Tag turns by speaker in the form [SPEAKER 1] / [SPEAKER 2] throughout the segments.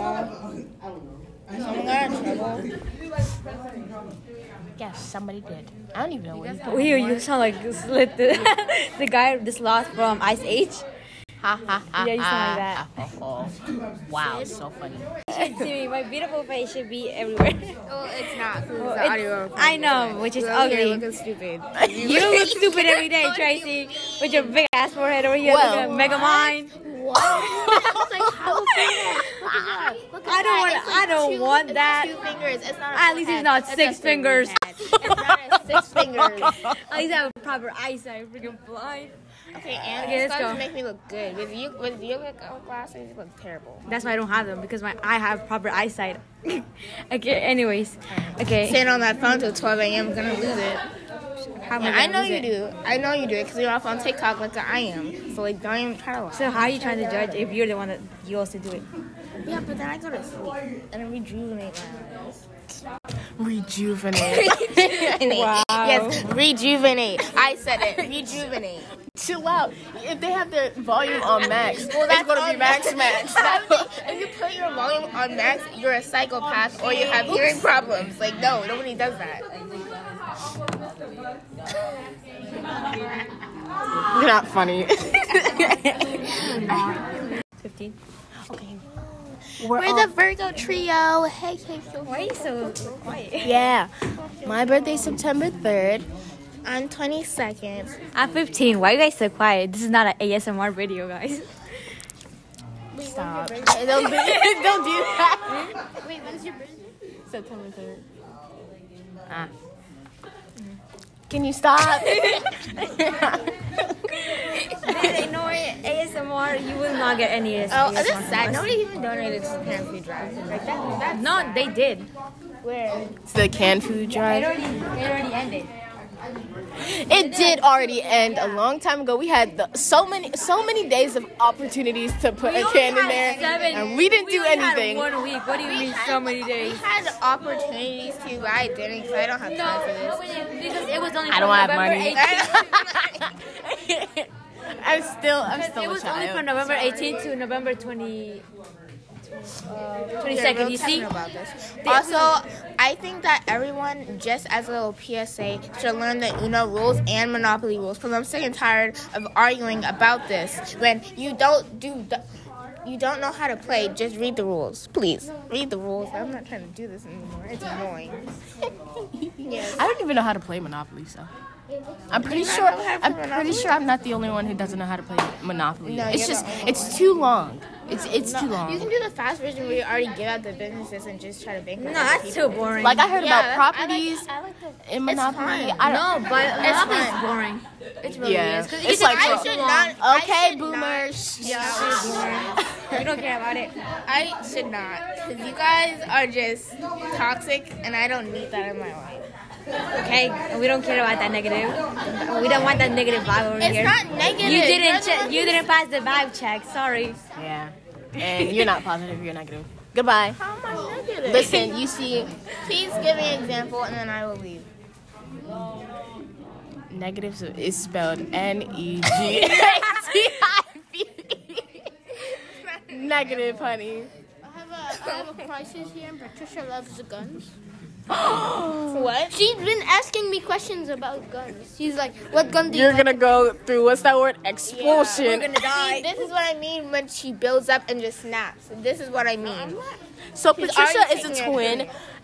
[SPEAKER 1] I don't know.
[SPEAKER 2] I'm gonna trouble.
[SPEAKER 3] Yes, somebody did. I don't even know what he did.
[SPEAKER 2] Weird, you sound like this- like the, the guy this lost from Ice Age.
[SPEAKER 3] Ha ha ha.
[SPEAKER 2] Yeah, you sound like
[SPEAKER 3] ha, ha, ha, ha. ah, Wow, so funny.
[SPEAKER 2] You should see me. My beautiful face should be everywhere.
[SPEAKER 4] Well, it's not. 'cause
[SPEAKER 2] Well,
[SPEAKER 4] it's
[SPEAKER 2] it's-
[SPEAKER 4] the audio.
[SPEAKER 2] I know, which is
[SPEAKER 4] We're over here
[SPEAKER 2] ugly.
[SPEAKER 4] looking stupid.
[SPEAKER 2] You look stupid every day, Tracy, with your big ass forehead over here,
[SPEAKER 3] Well,
[SPEAKER 2] well, mega mind.
[SPEAKER 4] It's like, how is that?
[SPEAKER 3] Look
[SPEAKER 2] I don't want. I don't want that.
[SPEAKER 4] Two fingers. It's not. a
[SPEAKER 2] At least
[SPEAKER 4] forehead.
[SPEAKER 2] it's not
[SPEAKER 4] It's a
[SPEAKER 2] six fingers.
[SPEAKER 4] fingerhead. It's not a six fingers.
[SPEAKER 2] At least I have proper eyesight. Freaking blind.
[SPEAKER 4] Okay, and
[SPEAKER 2] Okay,
[SPEAKER 4] it's
[SPEAKER 2] let's
[SPEAKER 4] supposed to
[SPEAKER 2] go.
[SPEAKER 4] make me look good. With you, with yoga glasses, you look terrible.
[SPEAKER 2] That's why I don't have them because my I have proper eyesight. okay. Anyways. Okay.
[SPEAKER 4] Staying on that phone till 12 a.m. gonna lose it.
[SPEAKER 2] How am
[SPEAKER 4] Yeah,
[SPEAKER 2] gonna
[SPEAKER 4] I know
[SPEAKER 2] lose
[SPEAKER 4] you
[SPEAKER 2] it?
[SPEAKER 4] do. I know you do it because you're off on TikTok like I am. So like, don't even try to lie.
[SPEAKER 2] So how are you trying to judge if you're the one that you also do it?
[SPEAKER 4] yeah, but then I go to sleep and I rejuvenate. my ass.
[SPEAKER 3] Rejuvenate.
[SPEAKER 4] Rejuvenate.
[SPEAKER 2] Wow.
[SPEAKER 4] Yes, rejuvenate. I said it. Rejuvenate.
[SPEAKER 3] Chill out. If they have their volume on max,
[SPEAKER 4] Well, that's
[SPEAKER 3] it's gonna be
[SPEAKER 4] on-
[SPEAKER 3] max max.
[SPEAKER 4] That's the thing. if you put your volume on max, you're a psychopath or you have hearing problems. Like, no, nobody does that.
[SPEAKER 3] You're not funny.
[SPEAKER 2] 15.
[SPEAKER 3] We're
[SPEAKER 4] the Virgo trio. Hey, hey,
[SPEAKER 2] Why are you so quiet?
[SPEAKER 4] Yeah. My birthday's September 3rd. On 22nd.
[SPEAKER 2] I'm 15. Why are you guys so quiet? This is not an ASMR video, guys.
[SPEAKER 3] Stop.
[SPEAKER 4] It'll be-
[SPEAKER 3] don't do that.
[SPEAKER 4] Wait, when's your birthday?
[SPEAKER 3] September 3rd. Ah. Can you stop?
[SPEAKER 2] they know it. ASMR, you will not get any ASMR.
[SPEAKER 4] Oh, this is sad. Nobody even donated to the Parent Food Drive. Like, that, that's
[SPEAKER 2] No, they did.
[SPEAKER 4] where?
[SPEAKER 3] it's the canned food drive.
[SPEAKER 2] It already, it already ended.
[SPEAKER 3] It did already end a long time ago. We had the, so many so many days of opportunities to put a
[SPEAKER 2] only
[SPEAKER 3] can in
[SPEAKER 2] had
[SPEAKER 3] there,
[SPEAKER 2] seven-
[SPEAKER 3] and we didn't do
[SPEAKER 2] only had
[SPEAKER 3] anything.
[SPEAKER 2] one week. What do you mean so many
[SPEAKER 4] We
[SPEAKER 2] days?
[SPEAKER 4] had opportunities to, but I didn't because I don't have time
[SPEAKER 2] No,
[SPEAKER 4] for this.
[SPEAKER 2] because it was only.
[SPEAKER 3] I don't
[SPEAKER 2] from
[SPEAKER 3] have
[SPEAKER 2] November
[SPEAKER 3] money.
[SPEAKER 2] 18th.
[SPEAKER 3] I'm still I'm
[SPEAKER 2] Because
[SPEAKER 3] still
[SPEAKER 2] it
[SPEAKER 3] a
[SPEAKER 2] was only
[SPEAKER 3] child.
[SPEAKER 2] from November 18th to November 20, uh,
[SPEAKER 4] Yeah,
[SPEAKER 2] 22nd.
[SPEAKER 4] we'll
[SPEAKER 2] You
[SPEAKER 4] talk
[SPEAKER 2] see?
[SPEAKER 4] About this. Also, I think that everyone, just as a little PSA, should learn the Uno rules and Monopoly rules because I'm sick and tired of arguing about this when you don't do the. You don't know how to play, just read the rules. Please, read the rules. I'm not trying to do this anymore. It's annoying. yes.
[SPEAKER 3] I don't even know how to play Monopoly, so I'm pretty sure
[SPEAKER 4] know how to
[SPEAKER 3] I'm
[SPEAKER 4] play
[SPEAKER 3] pretty sure I'm not the only one who doesn't know how to play Monopoly.
[SPEAKER 4] No,
[SPEAKER 3] it's
[SPEAKER 4] you're
[SPEAKER 3] just
[SPEAKER 4] the only
[SPEAKER 3] it's too long. It's it's too
[SPEAKER 4] You can
[SPEAKER 3] long.
[SPEAKER 4] do the fast version where you already give out the businesses and just try to bankrupt
[SPEAKER 2] No,
[SPEAKER 4] other
[SPEAKER 2] that's
[SPEAKER 4] people.
[SPEAKER 2] too boring.
[SPEAKER 3] Like I heard
[SPEAKER 4] Yeah,
[SPEAKER 3] about
[SPEAKER 4] that's-
[SPEAKER 3] properties
[SPEAKER 4] I like, I like the,
[SPEAKER 3] in Monopoly.
[SPEAKER 4] fine.
[SPEAKER 3] I don't,
[SPEAKER 2] No, but Monopoly is
[SPEAKER 4] fine.
[SPEAKER 2] boring. It really
[SPEAKER 3] Yeah.
[SPEAKER 2] is. 'Cause
[SPEAKER 3] It's
[SPEAKER 2] you
[SPEAKER 3] like,
[SPEAKER 2] just-
[SPEAKER 4] I should not. I
[SPEAKER 3] okay,
[SPEAKER 4] should not-
[SPEAKER 3] boomers.
[SPEAKER 2] I don't care about it.
[SPEAKER 4] I should not, because you guys are just toxic, and I don't need that in my life.
[SPEAKER 2] Okay, we don't care about that negative. We don't want that negative vibe over
[SPEAKER 4] It's
[SPEAKER 2] here.
[SPEAKER 4] not negative.
[SPEAKER 2] you
[SPEAKER 4] You're the
[SPEAKER 2] didn't. Che-
[SPEAKER 4] one
[SPEAKER 2] you
[SPEAKER 4] who's-
[SPEAKER 2] didn't pass the vibe check. Sorry.
[SPEAKER 3] Yeah. And you're not positive, you're negative. Goodbye.
[SPEAKER 4] How am I negative?
[SPEAKER 3] Listen, you see
[SPEAKER 4] Please give me an example, and then I will leave.
[SPEAKER 3] Negatives is spelled N E G A T I V. Negative, honey.
[SPEAKER 5] I have a, I have a crisis here, and Patricia loves guns.
[SPEAKER 4] What?
[SPEAKER 5] She's been asking me questions about guns. She's like, "What gun do you?"
[SPEAKER 3] You're gonna go through what's that word? Expulsion.
[SPEAKER 4] See, this is what I mean when she builds up and just snaps. This is what I mean.
[SPEAKER 3] So
[SPEAKER 4] She's
[SPEAKER 3] Patricia
[SPEAKER 4] already
[SPEAKER 3] is a
[SPEAKER 4] taking it.
[SPEAKER 3] twin,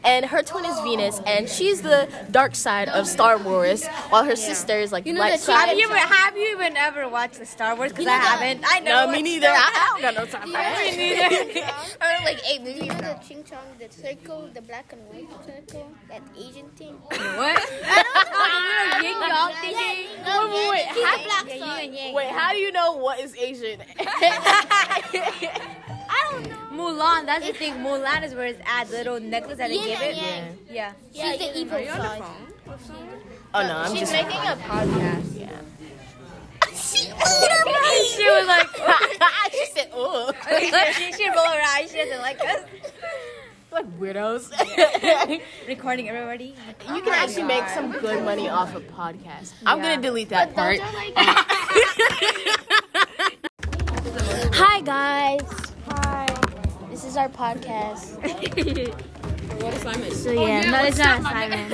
[SPEAKER 3] and her twin is Venus, and she's the dark side of Star Wars, while her sister is like
[SPEAKER 2] You know
[SPEAKER 3] light
[SPEAKER 2] that.
[SPEAKER 3] side.
[SPEAKER 2] Have you ever? Have you even ever watched the Star Wars? Because I haven't. I
[SPEAKER 3] no,
[SPEAKER 2] know.
[SPEAKER 3] me
[SPEAKER 2] what's
[SPEAKER 3] neither.
[SPEAKER 2] Star-
[SPEAKER 3] I don't got no time for that.
[SPEAKER 4] Or like eight
[SPEAKER 5] You
[SPEAKER 4] movies.
[SPEAKER 5] know the ching chong, the circle, the black and white circle, that Asian thing.
[SPEAKER 2] What? I don't know. You know, yin yang thinking.
[SPEAKER 5] No,
[SPEAKER 3] wait, wait,
[SPEAKER 5] yeah,
[SPEAKER 3] how-
[SPEAKER 5] the black
[SPEAKER 2] Yeah,
[SPEAKER 5] song.
[SPEAKER 2] yin and yang.
[SPEAKER 3] Wait, how do you know what is Asian?
[SPEAKER 2] I don't know. Mulan, that's the thing. Mulan is where it's at. The little necklace that they
[SPEAKER 5] Yin
[SPEAKER 2] give
[SPEAKER 5] and
[SPEAKER 2] it.
[SPEAKER 5] yang.
[SPEAKER 2] Yeah.
[SPEAKER 5] She's the evil side.
[SPEAKER 3] oh no, I'm
[SPEAKER 4] She's
[SPEAKER 3] just.
[SPEAKER 4] making a podcast.
[SPEAKER 2] She was like,
[SPEAKER 3] she said, "Oh,
[SPEAKER 2] she, she rolled her eyes. She doesn't like us.
[SPEAKER 3] like weirdos."
[SPEAKER 2] Recording everybody.
[SPEAKER 3] You can actually make some good money off of podcasts. I'm gonna delete that part.
[SPEAKER 5] Hi guys. Hi. This is is our podcast.
[SPEAKER 2] So yeah, no, it's not assignment.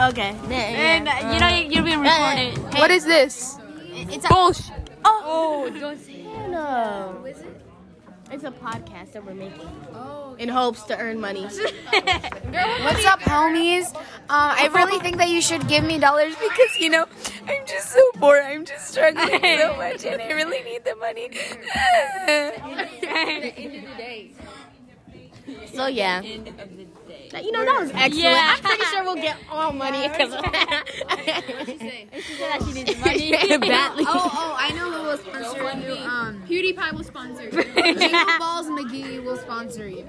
[SPEAKER 3] Okay.
[SPEAKER 2] And uh, you know you- you're being recorded.
[SPEAKER 3] What is this?
[SPEAKER 5] It's a
[SPEAKER 3] Bullshit.
[SPEAKER 2] Oh, don't say.
[SPEAKER 3] No.
[SPEAKER 5] it's a podcast that we're making.
[SPEAKER 3] In hopes to earn money.
[SPEAKER 1] What's up, homies? Um, I really think that you should give me dollars because you know I'm just so poor. I'm just struggling so much, and I really need the money.
[SPEAKER 3] So yeah. That- You know that was excellent.
[SPEAKER 2] Yeah.
[SPEAKER 3] I'm pretty sure we'll get all money because of that.
[SPEAKER 1] oh, oh, I know who will sponsor you. Um, PewDiePie will sponsor you. Jingle Balls McGee will sponsor you.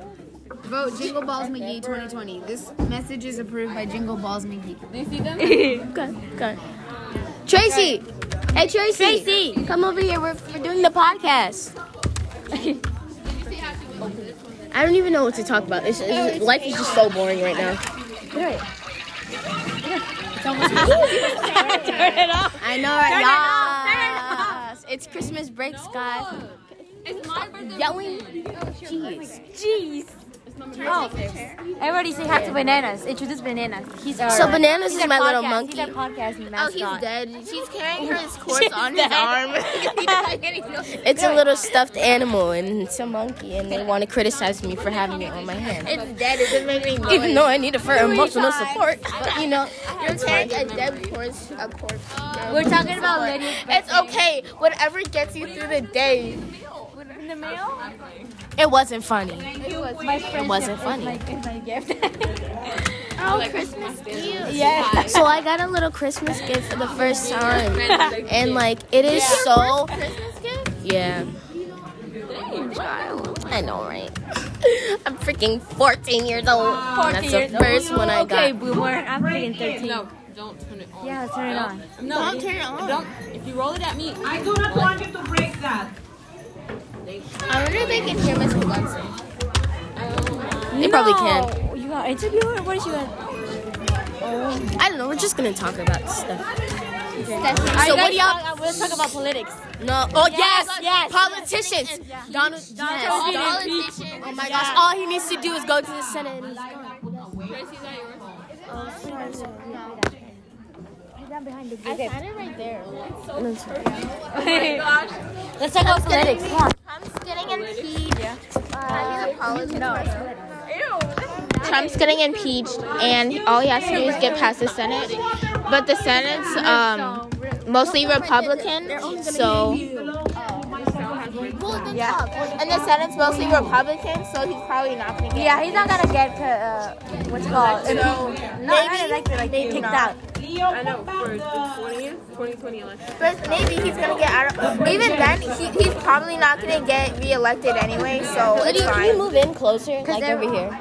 [SPEAKER 1] Vote Jingle Balls McGee 2020. This message is approved by Jingle Balls McGee.
[SPEAKER 3] Tracy. Hey Tracy.
[SPEAKER 2] Tracy.
[SPEAKER 3] Come over here. We're, we're doing the podcast. I don't even know what to talk about. It's, it's- life is just so boring right now. I know, right? Yes. It's Christmas break, Scott. It's my birthday. Oh, Yelling. Jeez.
[SPEAKER 2] Jeez. Oh, everybody say hi to bananas. Introduce bananas. He's our
[SPEAKER 3] So Bananas
[SPEAKER 2] he's
[SPEAKER 3] is
[SPEAKER 2] our
[SPEAKER 3] my little
[SPEAKER 2] podcast- He's our
[SPEAKER 3] monkey.
[SPEAKER 2] podcast
[SPEAKER 4] Oh, he's
[SPEAKER 2] mascot.
[SPEAKER 4] dead. She's carrying her corpse on his arm.
[SPEAKER 3] It's a little stuffed animal and it's a monkey, and they want to criticize me for having it on my hand.
[SPEAKER 4] it's dead. It doesn't make any noise.
[SPEAKER 3] Even though I need it for emotional support, but you know.
[SPEAKER 4] You're carrying a dead corpse. A corpse.
[SPEAKER 2] We're talking about Lydia.
[SPEAKER 4] It's okay. Whatever gets you through the day.
[SPEAKER 3] It wasn't funny. It, wasn't funny. Oh, Yeah. So I got a little Christmas gift for the first time, and like it is so. Yeah. Child. I know, right? I'm freaking 14 years old. and That's the first one I got.
[SPEAKER 2] Okay, boomer. I'm freaking 13. No, don't turn it on. Yeah, turn it on.
[SPEAKER 6] I do not want you to break that.
[SPEAKER 4] I wonder if they can hear Miss Munson.
[SPEAKER 3] They probably can.
[SPEAKER 2] You got interviewer? What did you got?
[SPEAKER 3] I don't know. We're just gonna talk about stuff.
[SPEAKER 2] So what do y'all? We'll talk about politics.
[SPEAKER 3] No. Oh yes,
[SPEAKER 2] yes.
[SPEAKER 3] Politicians. Donald. Yes.
[SPEAKER 4] Politicians.
[SPEAKER 3] Oh my gosh. All he needs to do is go to the Senate. And he's gone.
[SPEAKER 5] I found it right there.
[SPEAKER 2] Let's talk about politics. Come on.
[SPEAKER 4] Trump's getting impeached. Uh, Trump's getting impeached, and all he has to do is get past the Senate. But the Senate's um, mostly Republican, so. uh, Yeah, and the Senate's mostly Republican, so he's probably not gonna get.
[SPEAKER 2] Yeah, he's not gonna get uh, what's it called impeachment. No, not elected. Like they kicked out.
[SPEAKER 4] But maybe he's gonna get out. Of, even then, he, he's probably not gonna get reelected anyway, so it's
[SPEAKER 3] Can you
[SPEAKER 4] fine.
[SPEAKER 3] move in closer, like over here?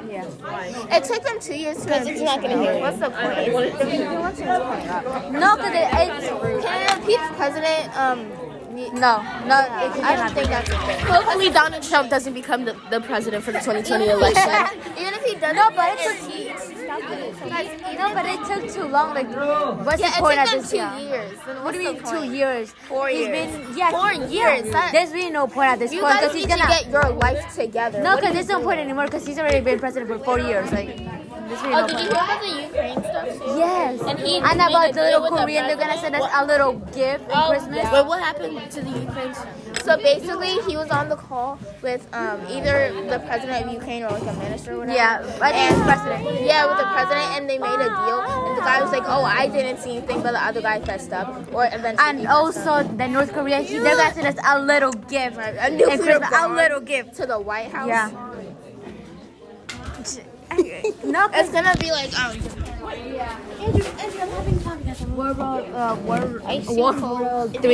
[SPEAKER 4] It took them two years to. It's not gonna hear. What's the point? The election's coming up.
[SPEAKER 2] No, cause it, it's
[SPEAKER 4] Can an impeached president? Um,
[SPEAKER 2] no, no. It
[SPEAKER 4] I
[SPEAKER 2] cannot
[SPEAKER 4] don't think that's a thing.
[SPEAKER 3] Hopefully Donald Trump doesn't become the, the president for the 2020 election.
[SPEAKER 4] Even if he doesn't,
[SPEAKER 2] No, but it's
[SPEAKER 4] impeached.
[SPEAKER 2] No, but it took too long. Like what's
[SPEAKER 4] Yeah,
[SPEAKER 2] the point
[SPEAKER 4] it
[SPEAKER 2] of
[SPEAKER 4] took them
[SPEAKER 2] this?
[SPEAKER 4] two
[SPEAKER 2] yeah?
[SPEAKER 4] years. Then
[SPEAKER 2] What do you
[SPEAKER 4] what's
[SPEAKER 2] mean
[SPEAKER 4] the
[SPEAKER 2] two
[SPEAKER 4] point?
[SPEAKER 2] years?
[SPEAKER 4] Four
[SPEAKER 2] He's
[SPEAKER 4] years.
[SPEAKER 2] been yeah
[SPEAKER 4] Four
[SPEAKER 2] he-
[SPEAKER 4] years, that-
[SPEAKER 2] There's really no point at this
[SPEAKER 4] You
[SPEAKER 2] point
[SPEAKER 4] guys
[SPEAKER 2] because
[SPEAKER 4] need
[SPEAKER 2] he's
[SPEAKER 4] to
[SPEAKER 2] gonna.
[SPEAKER 4] get your life together.
[SPEAKER 2] No,
[SPEAKER 4] What do
[SPEAKER 2] because there's no point anymore because he's already been president for four years. Like, there's really
[SPEAKER 4] you-
[SPEAKER 2] no
[SPEAKER 4] oh, did you hear
[SPEAKER 2] point.
[SPEAKER 4] about the Ukraine stuff? too?
[SPEAKER 2] Yes.
[SPEAKER 4] And he
[SPEAKER 2] And
[SPEAKER 4] made a
[SPEAKER 2] about the
[SPEAKER 4] deal
[SPEAKER 2] little
[SPEAKER 4] with the Oh,
[SPEAKER 2] Korean, they're gonna send us a little gift for Christmas.
[SPEAKER 4] Wait, what happened to the Ukraine So basically, he was on the call with um, either the president of Ukraine or like a minister or whatever.
[SPEAKER 2] Yeah, but he's president.
[SPEAKER 4] Yeah, with the president, and they made a deal. And the guy was like, "Oh, I didn't see anything, but the other guy fessed up." Or eventually. he
[SPEAKER 2] And
[SPEAKER 4] fessed up.
[SPEAKER 2] also the North Korea, he, they're gonna send us a little gift.
[SPEAKER 4] a
[SPEAKER 2] and
[SPEAKER 4] nuclear
[SPEAKER 2] Christmas, a
[SPEAKER 4] bomb
[SPEAKER 2] little gift.
[SPEAKER 4] to the White House.
[SPEAKER 2] Yeah. No,
[SPEAKER 4] It's
[SPEAKER 2] 'cause-
[SPEAKER 4] gonna be like um.
[SPEAKER 2] three.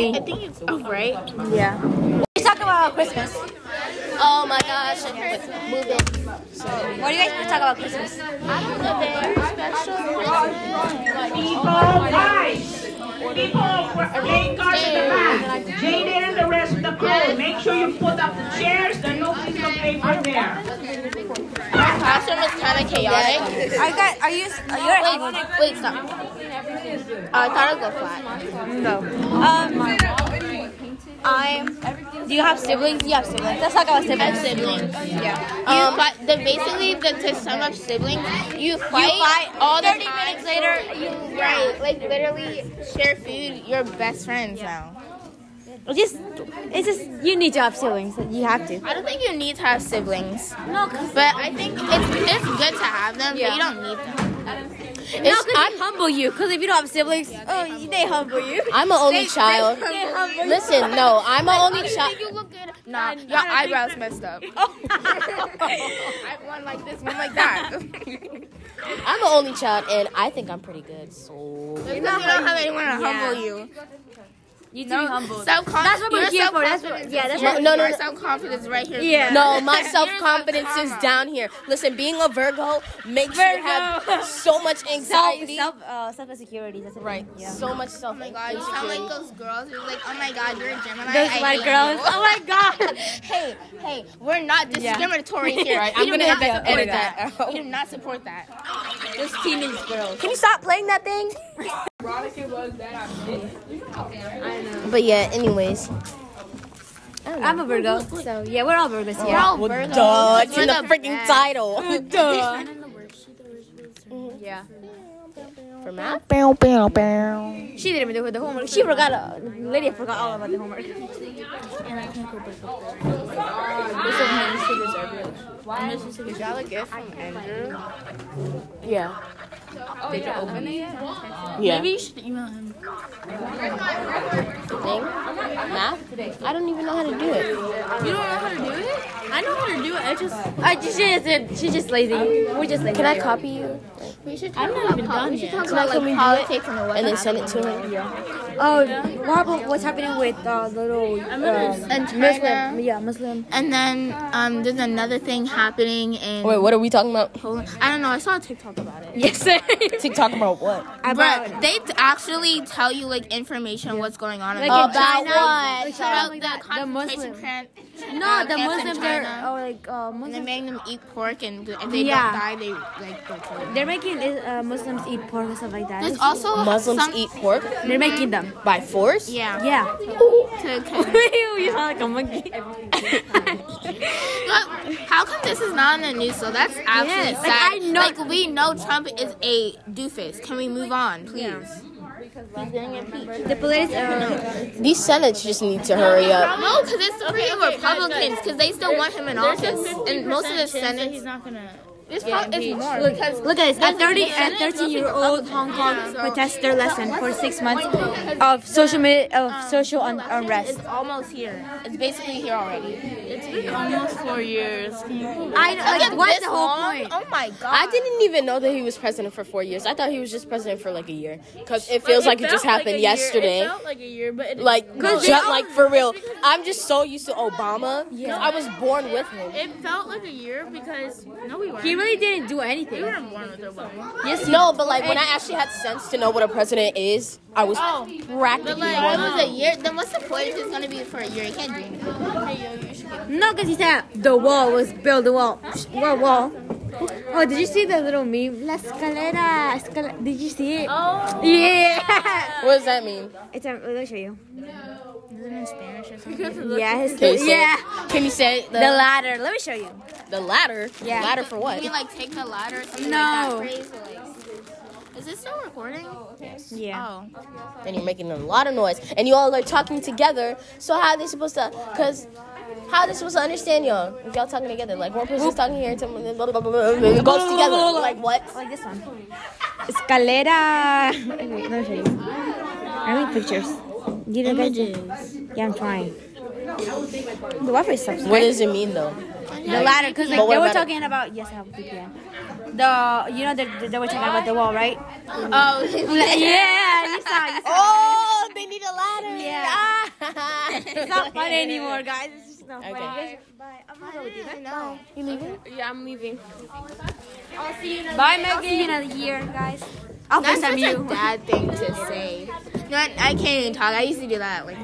[SPEAKER 4] I think it's over, right?
[SPEAKER 2] Yeah. Let's talk about Christmas.
[SPEAKER 3] Oh my gosh, I can put- move in.
[SPEAKER 2] What do you guys want to talk about Christmas?
[SPEAKER 6] People rise. People thank God in the back. Jaden and the rest of the crew, make sure you put up the chairs. There's no piece of paper there.
[SPEAKER 4] My classroom is kind of chaotic.
[SPEAKER 2] I got. Are you? You're.
[SPEAKER 4] Wait, wait, stop.
[SPEAKER 2] Uh,
[SPEAKER 4] Oh, I thought it would go flat.
[SPEAKER 2] Um. I'm. Do you have siblings? You have siblings. Let's talk about siblings.
[SPEAKER 4] siblings.
[SPEAKER 2] Yeah.
[SPEAKER 4] Um, but the, basically, the, to sum up siblings, you fight,
[SPEAKER 2] fight
[SPEAKER 4] all the
[SPEAKER 2] 30
[SPEAKER 4] time.
[SPEAKER 2] minutes later,
[SPEAKER 4] you right, like literally share food. You're best friends now.
[SPEAKER 2] It's just, it's just you need to have siblings. You have to.
[SPEAKER 4] I don't think you need to have siblings,
[SPEAKER 2] No, cause
[SPEAKER 4] but I think it's it's good to have them.
[SPEAKER 2] Yeah.
[SPEAKER 4] But you don't need them.
[SPEAKER 2] no, cause they humble you. Cause if you don't have siblings, oh, you- they humble you.
[SPEAKER 3] I'm an only child.
[SPEAKER 2] They humble you.
[SPEAKER 3] Listen, no, I'm an only child.
[SPEAKER 4] Nah, your eyebrows messed up.
[SPEAKER 2] Oh.
[SPEAKER 4] I one like this, one like that.
[SPEAKER 3] I'm an only child, and I think I'm pretty good. So
[SPEAKER 4] you don't have anyone to humble you.
[SPEAKER 2] You do be humble.
[SPEAKER 4] Self
[SPEAKER 2] That's what we're here for. That's what. Yeah, that's what.
[SPEAKER 3] No, no,
[SPEAKER 4] Your
[SPEAKER 3] no.
[SPEAKER 4] self confidence right here.
[SPEAKER 2] Yeah.
[SPEAKER 3] no, my self confidence is down here. Listen, being a Virgo makes you have so much
[SPEAKER 2] Self,
[SPEAKER 3] anxiety.
[SPEAKER 2] self, uh, self insecurity. That's
[SPEAKER 3] Right.
[SPEAKER 2] Yeah.
[SPEAKER 3] So much self.
[SPEAKER 4] Oh my god, you sound like those girls who's like, oh my god, you're a Gemini.
[SPEAKER 2] Those
[SPEAKER 4] I
[SPEAKER 2] white
[SPEAKER 4] hate
[SPEAKER 2] girls.
[SPEAKER 4] you."
[SPEAKER 2] Oh my god.
[SPEAKER 4] hey, hey, we're not discriminatory here.
[SPEAKER 3] Right,
[SPEAKER 4] We
[SPEAKER 3] I'm
[SPEAKER 4] do
[SPEAKER 3] gonna
[SPEAKER 4] not
[SPEAKER 3] have to
[SPEAKER 4] support
[SPEAKER 3] edit that out.
[SPEAKER 4] We do not support that.
[SPEAKER 2] Those teenage girls.
[SPEAKER 3] Can you stop playing that thing? but yeah, anyways.
[SPEAKER 2] I'm a Virgo, so yeah, we're all Virgos here.
[SPEAKER 3] Well, duh, it's in the freaking title. duh.
[SPEAKER 2] Yeah.
[SPEAKER 3] For math?
[SPEAKER 2] She didn't even do the homework. She forgot. Uh, Lydia forgot all about the homework.
[SPEAKER 4] Did y'all get from Andrew?
[SPEAKER 3] Yeah. Oh, Did you open it yet? Yeah. Maybe you should email him. Thing? Math? I don't even know how to do it.
[SPEAKER 2] I know how to do it. I just, I just, she just, she's just lazy. We're just lazy.
[SPEAKER 3] Can I copy you?
[SPEAKER 4] I'm not even done yet.
[SPEAKER 3] Can I copy politics and, and then send it to him?
[SPEAKER 2] Oh, what about what's happening with uh, little um,
[SPEAKER 4] And
[SPEAKER 2] Muslim?
[SPEAKER 4] China.
[SPEAKER 2] Yeah, Muslim.
[SPEAKER 4] And then um, there's another thing happening in.
[SPEAKER 3] Wait, what are we talking about?
[SPEAKER 4] Poland. I don't know. I saw a TikTok about it.
[SPEAKER 2] Yes, sir.
[SPEAKER 3] TikTok about what?
[SPEAKER 4] But they t- actually tell you like information what's going on. in
[SPEAKER 2] Like in
[SPEAKER 4] Poland.
[SPEAKER 2] China,
[SPEAKER 3] what?
[SPEAKER 4] about the,
[SPEAKER 2] the
[SPEAKER 4] concentration
[SPEAKER 2] Muslim.
[SPEAKER 4] camp-
[SPEAKER 2] No,
[SPEAKER 4] uh,
[SPEAKER 2] the
[SPEAKER 4] camps in
[SPEAKER 2] Muslims are
[SPEAKER 4] China.
[SPEAKER 2] oh, like uh,
[SPEAKER 4] And they
[SPEAKER 2] Muslims.
[SPEAKER 4] make them eat pork, and if they
[SPEAKER 2] Yeah.
[SPEAKER 4] don't die, they like go to
[SPEAKER 2] They're making uh, Muslims eat pork and stuff like that.
[SPEAKER 4] There's also
[SPEAKER 3] Muslims
[SPEAKER 4] some,
[SPEAKER 3] eat pork
[SPEAKER 2] They're making them.
[SPEAKER 3] by force?
[SPEAKER 4] Yeah.
[SPEAKER 2] Yeah.
[SPEAKER 4] To- to-
[SPEAKER 2] you sound like a monkey.
[SPEAKER 4] Look, how come this is not in the news? So that's absolutely
[SPEAKER 2] Yes. Like,
[SPEAKER 4] sad.
[SPEAKER 2] I know-
[SPEAKER 4] Like, we know Trump is a doofus. Can we move on, please?
[SPEAKER 2] the police. Uh,
[SPEAKER 3] These senates just need to hurry up.
[SPEAKER 4] No, because it's the Republicans because they still want him in office, and most of the Senate. He's not gonna. It's probably it's more. because
[SPEAKER 2] look at this. A 30 and 13 year old Hong Kong protester lesson for six months
[SPEAKER 4] Oh,
[SPEAKER 2] of social media, of social un- unrest.
[SPEAKER 4] It's almost here. It's basically here already.
[SPEAKER 2] I like what's the whole point?
[SPEAKER 4] Oh my god.
[SPEAKER 3] I didn't even know that he was president for four years. I thought he was just president for like a year. Because it feels like, it just happened yesterday.
[SPEAKER 7] like a year, but it,
[SPEAKER 3] Like,
[SPEAKER 2] No.
[SPEAKER 3] just like for real. I'm just so used to Obama. I was born with him.
[SPEAKER 7] it felt like a year because no, we weren't.
[SPEAKER 2] He really didn't do anything.
[SPEAKER 7] we weren't born with Obama.
[SPEAKER 3] Yes, no, but like when I actually had sense to know what a president is, I was
[SPEAKER 4] But
[SPEAKER 3] practically
[SPEAKER 4] like, uh,
[SPEAKER 3] one.
[SPEAKER 4] it was a year. Then what's the point if it's gonna be for a year? It can't do anything. Hey, yo, you should get-
[SPEAKER 2] No, because he said the wall was build the wall. What wall? Oh, did you see the little meme? La escalera. escala- Did you see it? Oh. Yeah.
[SPEAKER 3] What does that mean?
[SPEAKER 2] It's a, let me show you. Yeah, his,
[SPEAKER 3] Okay, so-
[SPEAKER 2] yeah.
[SPEAKER 3] Can you say the,
[SPEAKER 2] The ladder. Let me show you.
[SPEAKER 3] the ladder?
[SPEAKER 2] Yeah.
[SPEAKER 3] Ladder for what?
[SPEAKER 4] You mean like take the ladder? Or something
[SPEAKER 2] No.
[SPEAKER 4] Like that phrase, like- is this still recording?
[SPEAKER 2] Yeah.
[SPEAKER 4] Oh.
[SPEAKER 3] Then you're making a lot of noise, and you all are talking together. So how are they supposed to? Cause how are they supposed to understand y'all if y'all talking together? Like one person's talking here, to blah, blah, blah, blah, blah, and it goes together. Like what?
[SPEAKER 2] Like this one. Escalera. Wait, let me show you. I need pictures. You don't guys Yeah, I'm trying. The Wi-Fi sucks.
[SPEAKER 3] What does it mean though?
[SPEAKER 2] The ladder, because
[SPEAKER 3] But
[SPEAKER 2] like,
[SPEAKER 3] what
[SPEAKER 2] they were
[SPEAKER 3] about it?
[SPEAKER 2] talking about yes, I have a VPN. The you know they, they were talking about the wall, right?
[SPEAKER 4] Oh.
[SPEAKER 2] yeah, you saw, you saw.
[SPEAKER 3] Oh, they need a ladder.
[SPEAKER 2] Yeah. It's not fun anymore, guys. It's just not
[SPEAKER 3] Okay.
[SPEAKER 2] fun. You guys- Bye. I'm gonna go with you.
[SPEAKER 7] Yeah, I'm leaving.
[SPEAKER 2] Bye, Maggie. I'll see you in a year, guys. I'll
[SPEAKER 4] That's
[SPEAKER 2] FaceTime
[SPEAKER 4] such a
[SPEAKER 2] you.
[SPEAKER 4] bad thing to say. No, I I can't even talk. I used to do that. Like,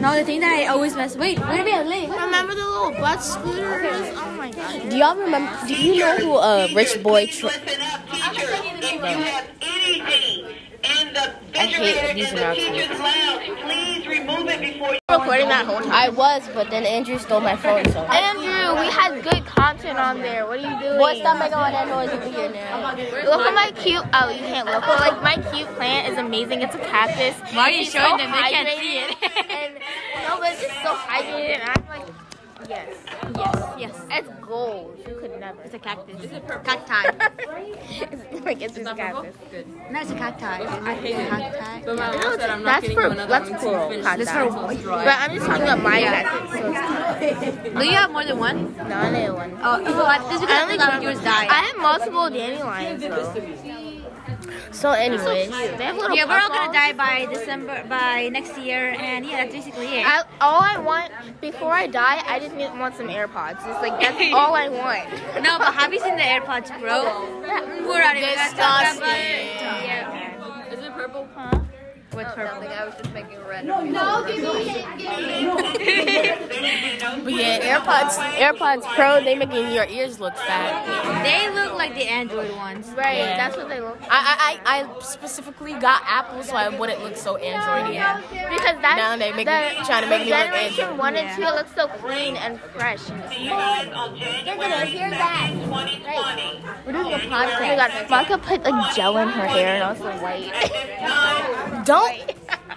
[SPEAKER 2] No, the thing that I always mess. Wait, wait a minute, late.
[SPEAKER 4] remember the little butt scooters? Oh my god.
[SPEAKER 3] Do y'all remember? Do you know who uh, rich boy? Tr-
[SPEAKER 8] Listen up, teachers. If you have anything in the
[SPEAKER 3] I hate
[SPEAKER 8] refrigerator, in
[SPEAKER 3] these
[SPEAKER 8] the
[SPEAKER 3] announcements.
[SPEAKER 8] teacher's lounge, please remove
[SPEAKER 4] Recording that whole time.
[SPEAKER 3] I was, but then Andrew stole my phone, so.
[SPEAKER 4] Andrew, we had good content on there. What are you doing?
[SPEAKER 3] Boy, stop making all that noise over here now.
[SPEAKER 4] Look at my cute. Oh, you can't look. But like my cute plant is amazing. It's a cactus. Why are you showing them? They can't see it. and, no, but it's just so hydrated. And I'm like, yes, yes, yes. It's gold. You could never. It's a cactus. It's a cacti. it's like it's just a cactus.
[SPEAKER 1] No, it's a cacti. Cacti.
[SPEAKER 7] But my mom said I'm not
[SPEAKER 4] That's
[SPEAKER 7] getting
[SPEAKER 4] for
[SPEAKER 7] you another
[SPEAKER 4] that's
[SPEAKER 7] one until you
[SPEAKER 4] plural.
[SPEAKER 7] finish
[SPEAKER 4] That's for. But I'm just talking about my cactus. So it's
[SPEAKER 1] Do you have more than one?
[SPEAKER 4] not another one.
[SPEAKER 1] Oh, well, I- this is because I only got yours died.
[SPEAKER 4] I have multiple dandelions. Though. So, anyways, they have little.
[SPEAKER 2] Yeah, we're all
[SPEAKER 4] puffballs.
[SPEAKER 2] gonna die by December, by next year, and yeah, that's basically it.
[SPEAKER 4] I, all I want before I die, I just need, want some AirPods. It's like that's all I want.
[SPEAKER 2] No, but have you seen the AirPods Pro? We're out of here. Let's talk about it. Yeah. Is it purple? Huh? What's
[SPEAKER 3] Oh,
[SPEAKER 2] purple?
[SPEAKER 3] But yeah, AirPods, AirPods Pro, they making your ears look fat.
[SPEAKER 2] They look like the Android ones.
[SPEAKER 4] Right, that's what they look.
[SPEAKER 3] I, I, I, I specifically got Apple so I wouldn't look so Androidy.
[SPEAKER 4] Because that's
[SPEAKER 3] Now they make
[SPEAKER 4] the
[SPEAKER 3] me- trying to make me look
[SPEAKER 4] generation
[SPEAKER 3] edgy.
[SPEAKER 4] one and two it looks so clean and fresh.
[SPEAKER 8] They're gonna hear that. 2020.
[SPEAKER 4] We're doing a podcast. Oh my god, Maka put like gel in her hair and I was like, white.
[SPEAKER 3] Don't,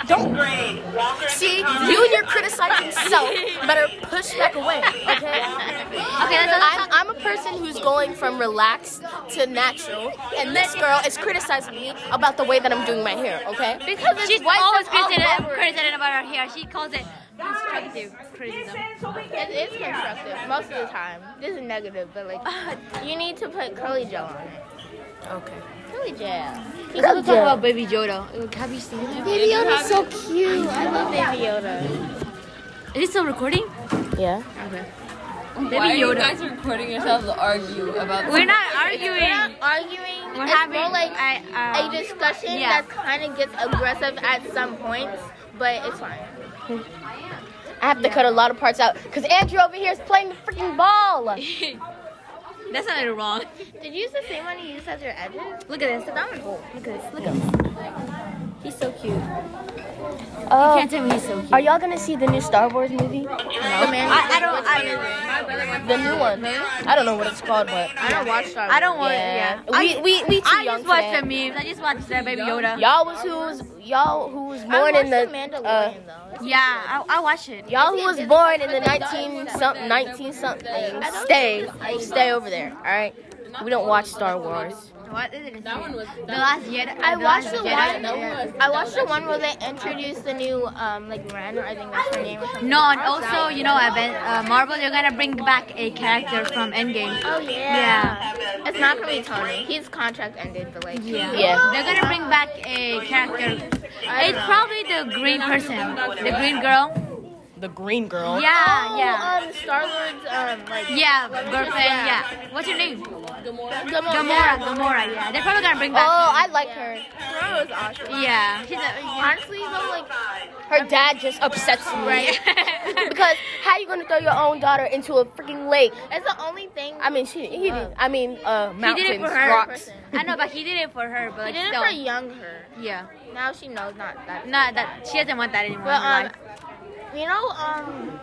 [SPEAKER 3] don't.
[SPEAKER 8] Great. Walker
[SPEAKER 3] See, you and your criticizing self better push back away, okay? Okay, I'm, I'm a person who's going from relaxed to natural, and this girl is criticizing me about the way that I'm doing my hair, okay?
[SPEAKER 2] Because she's
[SPEAKER 3] white
[SPEAKER 2] always
[SPEAKER 3] that's all
[SPEAKER 2] criticizing,
[SPEAKER 3] over it.
[SPEAKER 2] criticizing about her hair. She calls it constructive criticism.
[SPEAKER 4] It is constructive most of the time. This is negative, but like you need to put curly gel on it.
[SPEAKER 3] Okay.
[SPEAKER 4] Curly gel.
[SPEAKER 1] You gotta talk
[SPEAKER 3] Oh,
[SPEAKER 1] about Baby Yoda. Have you seen him?
[SPEAKER 4] Baby Yoda's so cute. I love Baby Yoda.
[SPEAKER 2] Is it still recording?
[SPEAKER 3] Yeah.
[SPEAKER 2] Baby Yoda.
[SPEAKER 7] guys recording yourselves argue about
[SPEAKER 2] We're not arguing.
[SPEAKER 4] arguing.
[SPEAKER 2] We're
[SPEAKER 4] it's
[SPEAKER 2] having
[SPEAKER 4] more like
[SPEAKER 2] I,
[SPEAKER 4] a
[SPEAKER 2] uh,
[SPEAKER 4] discussion
[SPEAKER 2] yeah.
[SPEAKER 4] that kind of gets aggressive at some points, but it's fine.
[SPEAKER 3] I have to cut a lot of parts out because Andrew over here is playing the freaking ball.
[SPEAKER 2] that sounded wrong.
[SPEAKER 4] Did you use the same one you used as your edges?
[SPEAKER 2] Look at this.
[SPEAKER 4] Look at this.
[SPEAKER 3] He's so cute.
[SPEAKER 2] You
[SPEAKER 3] Oh,
[SPEAKER 2] can't tell me he's so cute.
[SPEAKER 3] are y'all gonna see the new Star Wars movie?
[SPEAKER 2] I, I don't. I,
[SPEAKER 3] The new one. I don't know what it's called, but
[SPEAKER 4] I don't watch Star Wars.
[SPEAKER 2] I don't want. Yeah.
[SPEAKER 3] We we we too
[SPEAKER 2] I
[SPEAKER 3] young
[SPEAKER 2] just
[SPEAKER 3] for
[SPEAKER 2] watched
[SPEAKER 3] that.
[SPEAKER 2] the memes. I just watched the Baby Yoda.
[SPEAKER 3] Y'all was who was y'all who was
[SPEAKER 4] I
[SPEAKER 3] born
[SPEAKER 4] watched
[SPEAKER 3] in
[SPEAKER 4] the
[SPEAKER 3] the uh,
[SPEAKER 4] Mandalorian though.
[SPEAKER 2] Yeah, I, I watched it.
[SPEAKER 3] y'all who was born in the nineteen something nineteen something. Stay stay over there. All right. We don't watch Star Wars.
[SPEAKER 2] What is it? That one was. The last Jedi.
[SPEAKER 4] I watched the
[SPEAKER 2] Last
[SPEAKER 4] one. I watched the one where they introduced the new um like Ren or I think that's her name or something.
[SPEAKER 2] No, and also you know, Aven- uh, Marvel, you're gonna bring back a character from Endgame.
[SPEAKER 4] Oh yeah. It's not gonna be Tony. His contract ended, but like
[SPEAKER 2] Yeah.
[SPEAKER 3] Yeah.
[SPEAKER 2] They're gonna bring back a character. It's probably the green person, the green girl.
[SPEAKER 3] The green girl.
[SPEAKER 2] Yeah, yeah,
[SPEAKER 4] Um, Star Lord's um like
[SPEAKER 2] yeah, girlfriend. Yeah. What's your name?
[SPEAKER 4] Gamora.
[SPEAKER 2] Gamora. Gamora. Yeah. They're probably gonna bring
[SPEAKER 3] Oh,
[SPEAKER 2] back.
[SPEAKER 3] I like her.
[SPEAKER 4] Gamora was awesome.
[SPEAKER 2] Yeah. She's a.
[SPEAKER 4] Honestly though, like
[SPEAKER 3] Her dad just upsets me. because how you gonna throw your own daughter into a freaking lake?
[SPEAKER 4] It's the only thing.
[SPEAKER 3] I mean, she he did. I mean, uh,
[SPEAKER 2] He
[SPEAKER 3] mountains,
[SPEAKER 2] did it for her.
[SPEAKER 3] rocks.
[SPEAKER 2] I know, but he did it for her. But
[SPEAKER 4] I
[SPEAKER 2] like,
[SPEAKER 4] did it
[SPEAKER 2] still.
[SPEAKER 4] for young her.
[SPEAKER 2] Yeah.
[SPEAKER 4] Now she knows not that.
[SPEAKER 2] Not that she doesn't want that anymore.
[SPEAKER 4] But
[SPEAKER 2] in her
[SPEAKER 4] um,
[SPEAKER 2] life.
[SPEAKER 4] you know um,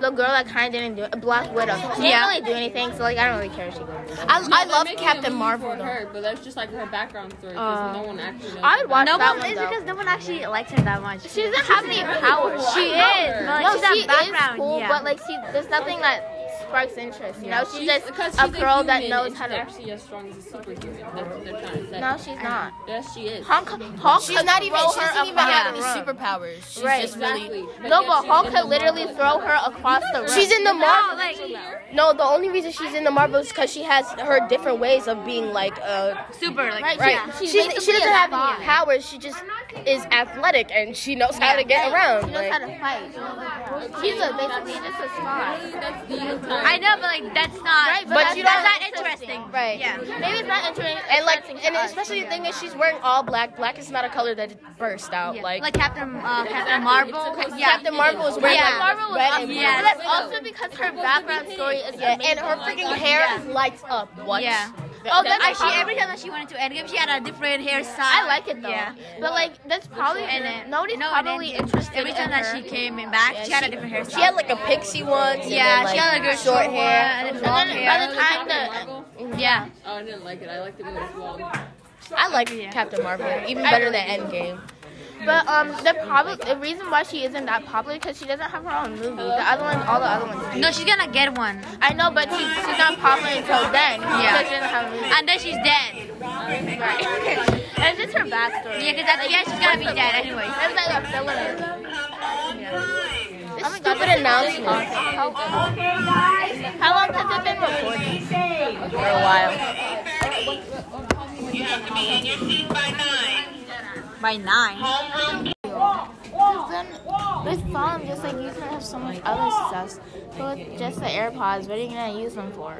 [SPEAKER 4] the girl that kind of didn't do it, Black Widow. She didn't
[SPEAKER 2] Yeah.
[SPEAKER 4] really do anything, so like I don't really care if she goes.
[SPEAKER 3] I, I love Captain Marvel.
[SPEAKER 7] for
[SPEAKER 3] Though.
[SPEAKER 7] her, but that's just like her background story
[SPEAKER 2] Oh.
[SPEAKER 7] because no one actually knows.
[SPEAKER 4] I would watch
[SPEAKER 2] no
[SPEAKER 4] that
[SPEAKER 2] one
[SPEAKER 4] one
[SPEAKER 2] is
[SPEAKER 4] though.
[SPEAKER 2] because no one actually likes her that much.
[SPEAKER 4] she doesn't have any power.
[SPEAKER 2] She is, but like,
[SPEAKER 4] no,
[SPEAKER 2] she's that
[SPEAKER 4] she
[SPEAKER 2] background.
[SPEAKER 4] is cool,
[SPEAKER 2] yeah.
[SPEAKER 4] but like she, there's nothing that sparks interest. You know, she's,
[SPEAKER 7] because
[SPEAKER 4] just a
[SPEAKER 7] she's
[SPEAKER 4] girl that
[SPEAKER 7] human
[SPEAKER 4] knows
[SPEAKER 7] and
[SPEAKER 4] how
[SPEAKER 7] she's
[SPEAKER 4] to.
[SPEAKER 7] actually as strong as a superhuman. That's what they're trying to say.
[SPEAKER 4] No, she's not.
[SPEAKER 7] Yes, she is.
[SPEAKER 4] Hulk, Hulk
[SPEAKER 3] She's not even. She doesn't even have any
[SPEAKER 4] room.
[SPEAKER 3] superpowers. She's
[SPEAKER 4] Right.
[SPEAKER 3] just really.
[SPEAKER 4] No, but Hulk could literally throw her across the room.
[SPEAKER 3] She's in the
[SPEAKER 2] no,
[SPEAKER 3] Marvel.
[SPEAKER 2] like
[SPEAKER 3] No, the only reason she's in the Marvel is because she has her different ways of being like. Uh,
[SPEAKER 2] super, like
[SPEAKER 4] Right,
[SPEAKER 3] right.
[SPEAKER 4] yeah.
[SPEAKER 3] She's,
[SPEAKER 4] She's
[SPEAKER 3] she
[SPEAKER 4] basically
[SPEAKER 3] doesn't
[SPEAKER 4] a
[SPEAKER 3] have
[SPEAKER 4] spy.
[SPEAKER 3] any powers. She just is athletic and she knows how to get around.
[SPEAKER 4] She knows
[SPEAKER 3] like-
[SPEAKER 4] how to fight. She's a, basically just a spy.
[SPEAKER 2] I know, but like that's not.
[SPEAKER 4] Right, but
[SPEAKER 2] that's,
[SPEAKER 4] you
[SPEAKER 2] that's
[SPEAKER 4] don't-
[SPEAKER 2] not interesting.
[SPEAKER 3] Right.
[SPEAKER 2] Yeah.
[SPEAKER 4] Maybe it's not interesting.
[SPEAKER 3] And like,
[SPEAKER 4] interesting to
[SPEAKER 3] and
[SPEAKER 4] us.
[SPEAKER 3] especially the thing is, she's wearing all black. Black is not a color that bursts out.
[SPEAKER 2] Yeah.
[SPEAKER 3] Like,
[SPEAKER 2] Like Captain uh, Captain Marvel. Yeah.
[SPEAKER 3] Captain Marvel is wearing
[SPEAKER 2] Yeah.
[SPEAKER 3] like
[SPEAKER 4] Marvel was
[SPEAKER 3] red
[SPEAKER 4] awesome.
[SPEAKER 3] and blue.
[SPEAKER 2] Yeah.
[SPEAKER 4] But that's also because her background story is
[SPEAKER 3] Yeah,
[SPEAKER 4] amazing.
[SPEAKER 3] and her freaking hair lights up. What?
[SPEAKER 2] Yeah.
[SPEAKER 4] Oh, that's
[SPEAKER 2] I, she, every time that she went into Endgame, she had a different hairstyle.
[SPEAKER 4] I like it though.
[SPEAKER 2] Yeah.
[SPEAKER 4] But like that's probably
[SPEAKER 2] And then,
[SPEAKER 4] nobody's
[SPEAKER 2] no, and then
[SPEAKER 4] probably interested
[SPEAKER 2] Every time
[SPEAKER 4] in
[SPEAKER 2] that
[SPEAKER 4] her.
[SPEAKER 2] she came in back, she, had a different hairstyle.
[SPEAKER 3] She had like a pixie once. and
[SPEAKER 2] yeah,
[SPEAKER 3] then, like,
[SPEAKER 2] she had like a
[SPEAKER 3] short hair.
[SPEAKER 2] one, and then
[SPEAKER 4] And
[SPEAKER 2] long
[SPEAKER 4] then
[SPEAKER 2] hair.
[SPEAKER 4] by the time that
[SPEAKER 2] yeah.
[SPEAKER 7] Oh, I didn't like it. I liked it when it was long.
[SPEAKER 3] I like Captain Marvel even better than Endgame.
[SPEAKER 4] But um, the problem, the reason why she isn't that popular because she doesn't have her own movie. The other ones, all the other ones.
[SPEAKER 2] No, she's gonna get one,
[SPEAKER 4] I know, but she, she's not popular until then.
[SPEAKER 2] Yeah.
[SPEAKER 4] Because she doesn't have a movie.
[SPEAKER 2] and then she's dead.
[SPEAKER 4] Right. That's just her backstory.
[SPEAKER 2] Yeah, because at the end she's gonna be dead anyway.
[SPEAKER 4] It's like a filler.
[SPEAKER 3] This stupid announcement
[SPEAKER 8] Okay, guys,
[SPEAKER 4] How long has it been recorded?
[SPEAKER 8] be safe.
[SPEAKER 3] for a while.
[SPEAKER 8] At 8:30, you have to be in your seat by nine.
[SPEAKER 2] By nine.
[SPEAKER 8] Homeroom
[SPEAKER 4] Then with phone, just like you can have so much other stuff. So with just the AirPods, what are you gonna use them for?